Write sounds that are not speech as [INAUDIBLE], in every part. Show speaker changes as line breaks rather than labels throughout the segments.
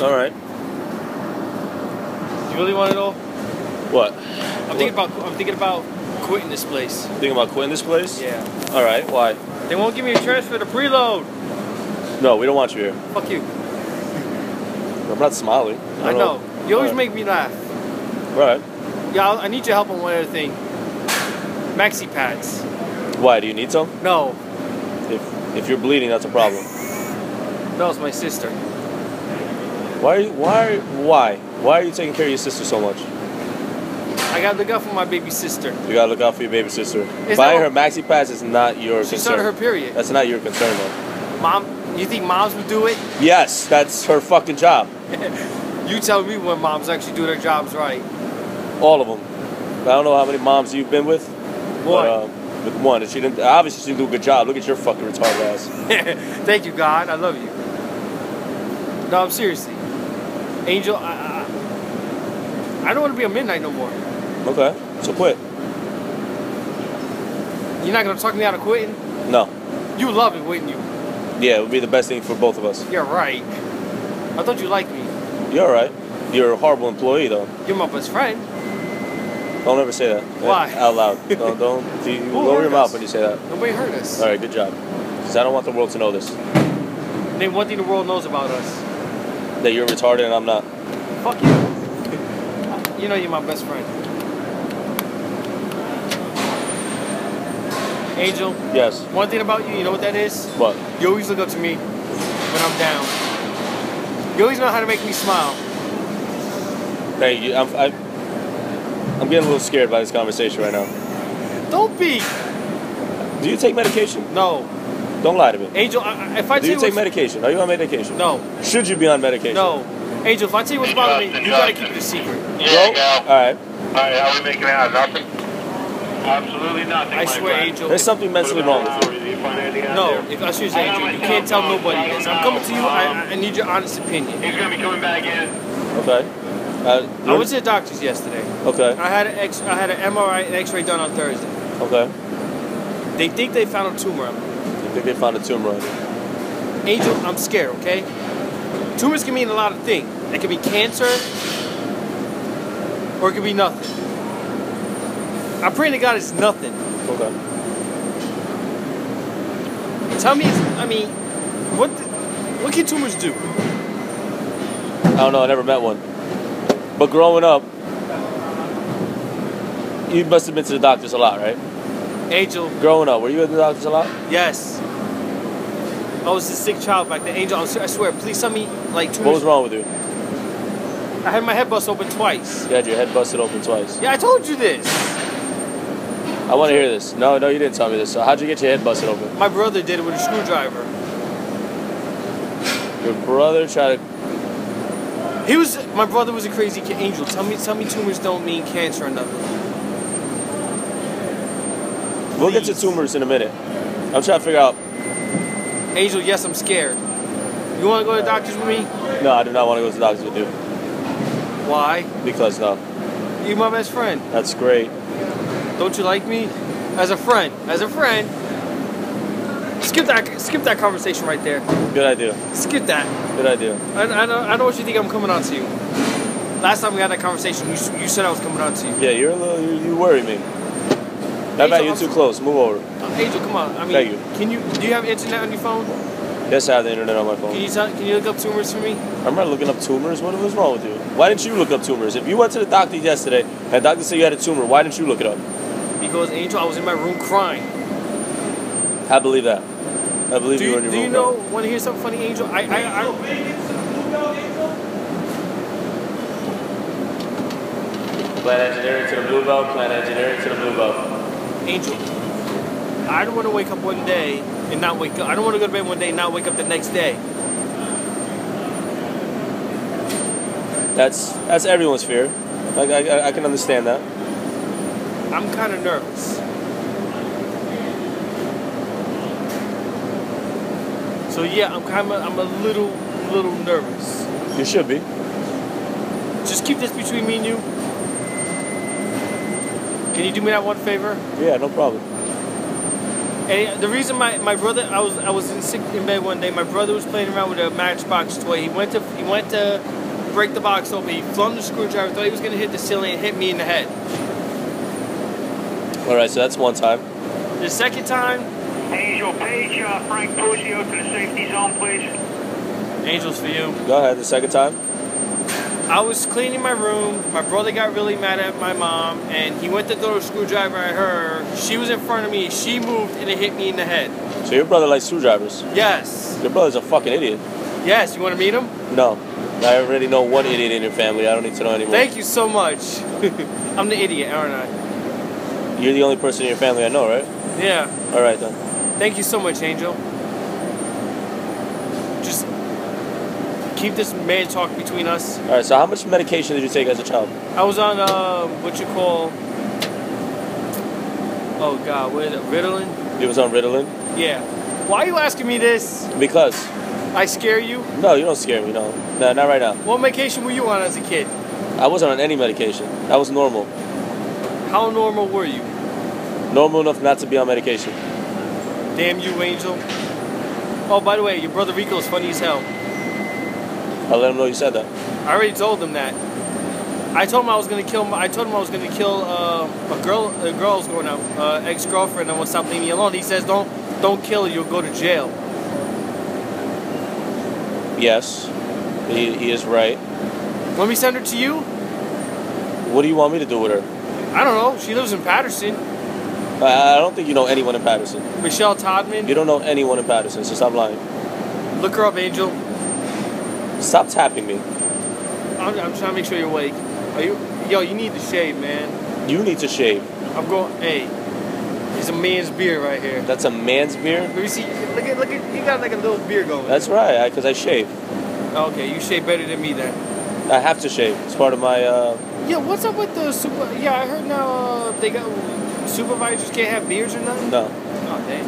All right.
You really want to know?
What?
I'm thinking about I'm thinking about quitting this place.
Thinking about quitting this place?
Yeah.
All right. Why?
They won't give me a transfer to preload.
No, we don't want you here.
Fuck you.
I'm not smiling.
I know. You always
All right.
make me laugh.
All right.
Yeah, I'll- I need your help on one other thing. Maxi pads.
Why? Do you need some?
No,
If if you're bleeding, that's a
[LAUGHS]
problem.
no, it's my sister.
Why? Are you, why? are- Why? Why are you taking care of your sister so much?
I gotta look out for my baby sister.
You gotta look out for your baby sister.
Is
Buying her
that-
maxi pads is not your
She
concern.
started her period.
That's not your concern, though.
Mom, you think moms would do it?
Yes, that's her fucking job.
You tell me when moms actually do their jobs right.
All of them. I don't know how many moms you've been with.
One.
But, um, with one, and she didn't. Obviously, she didn't do a good job. Look at your fucking retarded ass.
[LAUGHS] Thank you, God. I love you. No, I'm seriously. Angel, I, I, I don't want to be a midnight no more.
Okay, so quit.
You're not gonna talk me out of quitting.
No.
You love it, wouldn't you?
Yeah, it would be the best thing for both of us.
You're right. I thought you liked me.
You're all right. You're a horrible employee, though.
You're my best friend.
Don't ever say that.
Why?
Out
[LAUGHS]
loud. don't don't. You lower your
heard
mouth
us?
when you say that.
Nobody hurt us.
All right, good job. Because I don't want the world to know this.
Name one thing the world knows about us.
That you're retarded and I'm not.
Fuck you. [LAUGHS] You know you're my best friend. Angel,
Yes.
one thing about you, you know what that is?
What?
You always look up to me when I'm down. You always know how to make me smile.
Hey, you, I'm, I, I'm getting a little scared by this conversation right now.
Don't be.
Do you take medication?
No,
Don't lie to me.
Angel. I, I- if I
Do
tell
you take
what's-
medication? Are you on medication?
no,
Should you be on medication?
no, Angel. If I tell you what's bothering me, you gotta keep it a secret.
Bro?
Yeah,
All
gal.
right.
All right, how we making out? Nothing? Absolutely nothing.
I swear, Angel.
There's something mentally wrong with you.
No, if I seriously, Angel, you can't tell nobody this. I'm coming to you. I, I need your honest opinion.
He's gonna be coming back in.
Okay. Uh,
I was at the doctor's yesterday.
Okay.
I had an X, I had an MRI and X-ray done on Thursday.
Okay.
They think they found a tumor.
I think they found a tumor. on you.
Angel, I'm scared. Okay. Tumors can mean a lot of things. It can be cancer, or it can be nothing. I pray to God it's nothing.
Okay.
Tell me, I mean, what the, what can tumors do?
I don't know. I never met one. But growing up, you must have been to the doctors a lot, right?
Angel,
Growing up, were you at the doctors a lot?
yes. I was a sick child back then. Angel, I swear, I swear please tell me, like, tumors.
What was wrong with you?
I had my head bust open twice.
You had your head busted open twice.
Yeah, I told you this.
I want to hear this. No, no, you didn't tell me this. So how'd you get your head busted open?
My brother did it with a screwdriver.
Your brother tried to.
He was, my brother was a crazy kid. Angel, tell me, tell me tumors don't mean cancer or nothing.
We'll get to
Please.
tumors in a minute. I'm trying to figure out.
Angel, yes, I'm scared. You want to go to the doctors with me?
No, I do not want to go to the doctors with you
Why?
because no,
You're my best friend.
that's great.
Don't you like me? As a friend, as a friend. Skip that, skip that conversation right there.
Good idea.
Skip that.
Good idea.
I, I, know, I know what you think I'm coming on to you. Last time we had that conversation, you, s- you said I was coming on to you.
Yeah, you're a little. You, you worry me. How about you too close? Move over.
Uh, Angel, come on. I mean,
Thank you.
can you do you have internet on your phone?
Yes, I have the internet on my phone.
Can you tell, can you look up tumors for me?
I'm not looking up tumors. What was wrong with you? Why didn't you look up tumors? If you went to the doctor yesterday and the doctor said you had a tumor, why didn't you look it up?
Because Angel, I was in my room crying.
I believe that. I believe
Do
you were
you,
in your
do you
room.
know? Want to hear something funny, Angel? I I, I
Plant engineering to the blue belt. Plant engineering to the blue belt.
Angel. I don't want to wake up one day and not wake up. I don't want to go to bed one day and not wake up the next day.
That's that's everyone's fear. I, I, I- I can understand that.
I'm kind of nervous. So yeah, I'm kind of I'm a little little nervous.
You should be.
Just keep this between me and you. Can you do me that one favor?
Yeah, no problem.
And the reason my, my brother I was I was in sick in bed one day. My brother was playing around with a Matchbox toy. He went to he went to break the box open. He flung the screwdriver. Thought he was gonna hit the ceiling and hit me in the head.
All right, so that's one time.
The second time,
Angel Page, uh, Frank Puccio to the safety zone, please.
angels for you.
Go ahead. The second time.
I was cleaning my room. My brother got really mad at my mom, and he went to throw a screwdriver at her. She was in front of me. She moved and it hit me in the head.
So your brother likes screwdrivers.
Yes.
Your brother's a fucking idiot.
Yes. You want to meet him?
No, I already know one idiot in your family. I don't need to know anymore.
Thank you so much. [LAUGHS] I'm the idiot, aren't I?
You're the only person in your family I know, right?
Yeah.
All right then.
Thank you so much, Angel. Just keep this man talk between us.
All right. So how much medication did you take as a child?
I was on uh, what you call. Oh God, what is it? Ritalin?
You was on Ritalin
Yeah. Why are you asking me this?
because
I scare you.
no, you don't scare me. No, no, not right now.
What vacation were you on as a kid?
I wasn't on any medication. I was normal,
How normal were you?
normal enough not to be on medication.
Damn you, Angel. Oh, by the way, your brother Rico's funny as hell.
I let him know you said that.
I already told him that. I told him I was gonna kill. My, I told him I was gonna kill uh, a girl. A girl's going out, uh, ex-girlfriend. I want to stop leaving me alone. He says, "Don't, don't kill. her, You'll go to jail."
Yes, he, he is right.
Let me send her to you.
What do you want me to do with her?
I don't know. She lives in Patterson.
I, I don't think you know anyone in Patterson.
Michelle Todman.
You don't know anyone in Patterson, so stop lying.
Look her up, Angel.
Stop tapping me.
I'm, I'm trying to make sure you're awake. Are you? Yo, you need to shave, man.
You need to shave.
I'm going. Hey, there's a man's beard right here.
That's a man's beard.
Let me see. Look at, look at. You got like a little beard going.
That's right, because I, shave.
Okay, you shave better than me then.
I have to shave. It's part of my. Uh,
Yeah, what's up with the super? Yeah, I heard now uh, they got supervisors can't have beards or nothing.
no.
Oh dang.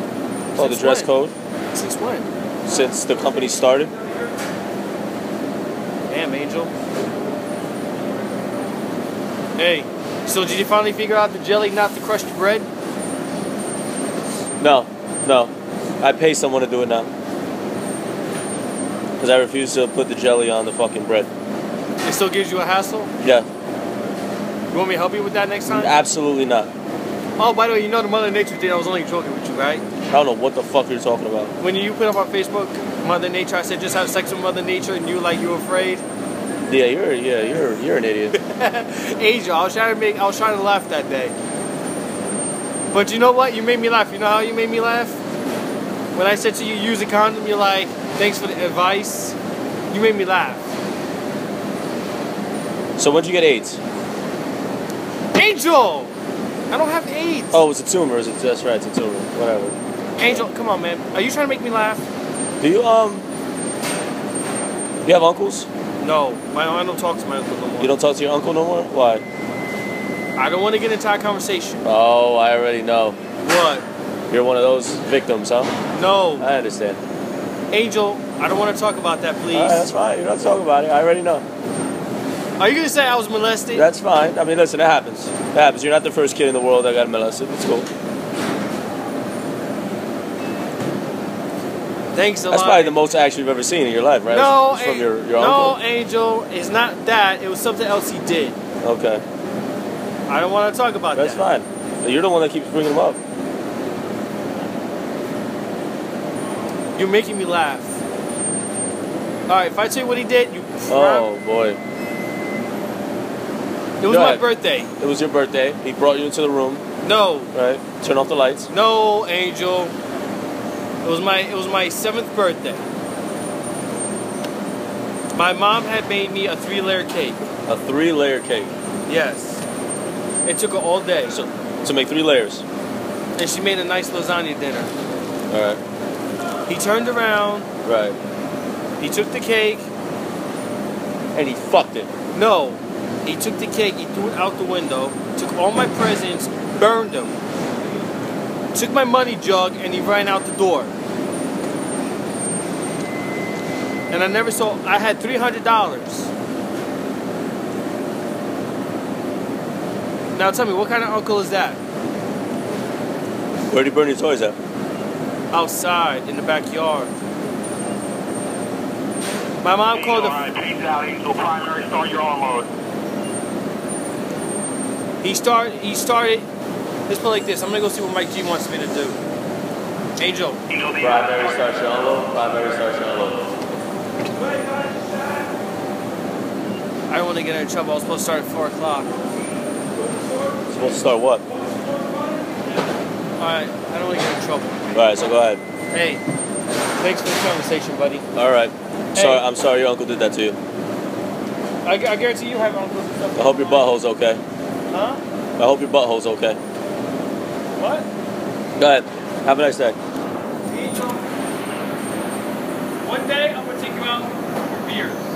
Oh, the
Since
dress
when?
code
Since when?
since the company started.
Damn, Angel. Hey, so did you finally figure out the jelly not to crush the bread?
No, no. I pay someone to do it now. Because I refuse to put the jelly on the fucking bread.
It still gives you a hassle.
Yeah,
You want me to help you with that next time?
absolutely not.
Oh, by the way, you know the Mother Nature thing. I was only joking with you, right?
I don't know what the fuck you're talking about.
When you put up on Facebook Mother Nature, I said just have sex with Mother Nature, and you were like you were afraid.
Yeah, you're yeah you're you're an idiot.
Angel, I was trying to make, I was trying to laugh that day. But you know what? You made me laugh. You know how you made me laugh? When I said to you, use a condom, you're like, thanks for the advice. You made me laugh.
so when'd you get AIDS?
Angel! I don't have AIDS.
Oh, it's a tumor. Is it? That's right, it's a tumor. Whatever.
Angel, come on, man. Are you trying to make me laugh?
Do you um? Do you have uncles?
No, my I don't talk to my uncle no more.
You don't talk to your uncle no more? Why?
I don't want to get into a conversation.
Oh, I already know.
What?
You're one of those victims, huh?
No,
I understand.
Angel, I don't want to talk about that,
All right, that's
please.
fine. You're not talking about it. I already know.
Are you gonna say I was molested?
That's fine. I mean, listen, it happens. It happens. You're not the first kid in the world that got molested. It's cool.
Thanks a
That's
lot.
probably the most action you've ever seen in your life, right?
No,
It's from
An-
your, your
no, Angel, it's not that. It was something else he did.
uncle. Okay,
I don't want to talk about
that's
that.
fine. You're the one that keeps bringing them up.
You're making me laugh. All right, if I tell you what he did, you.
Oh boy,
it was
go
my
ahead.
birthday.
it was your birthday. He brought you into the room,
No,
right? Turn off the lights.
no, Angel. It was my it was my seventh birthday. My mom had made me a three layer cake.
A three-layer cake.
Yes. It took her all day,
So, to make three layers.
and she made a nice lasagna dinner.
All right,
He turned around.
right.
He took the cake.
And he fucked it.
No, he took the cake, he threw it out the window, took all my presents, burned them, took my money jug, and he ran out the door. And I never saw, I had $300. Now tell me, what kind of uncle is that?
Where'd he burn your toys at?
outside in the backyard. My mom called the.
Alright, peace out. Angel primary, start your own load.
He start. He started. Let's put it like this. I'm gonna go see what Mike G wants me to do. Angel,
Angel, the
Primary starts shallow. Primary starts shallow.
I don't want to get in trouble. I was supposed to start at four o'clock.
Supposed to start what?
All right. I don't want to get in trouble.
All right, so go ahead.
Hey, thanks for the conversation, buddy.
All right. Sorry, I'm sorry your uncle did that to you.
I, gu- I guarantee you have uncles and stuff.
I hope your butthole's okay.
Huh?
I hope your butthole's okay.
What?
Go ahead. Have a nice day.
Angel. One day I'm gonna take you out for beers.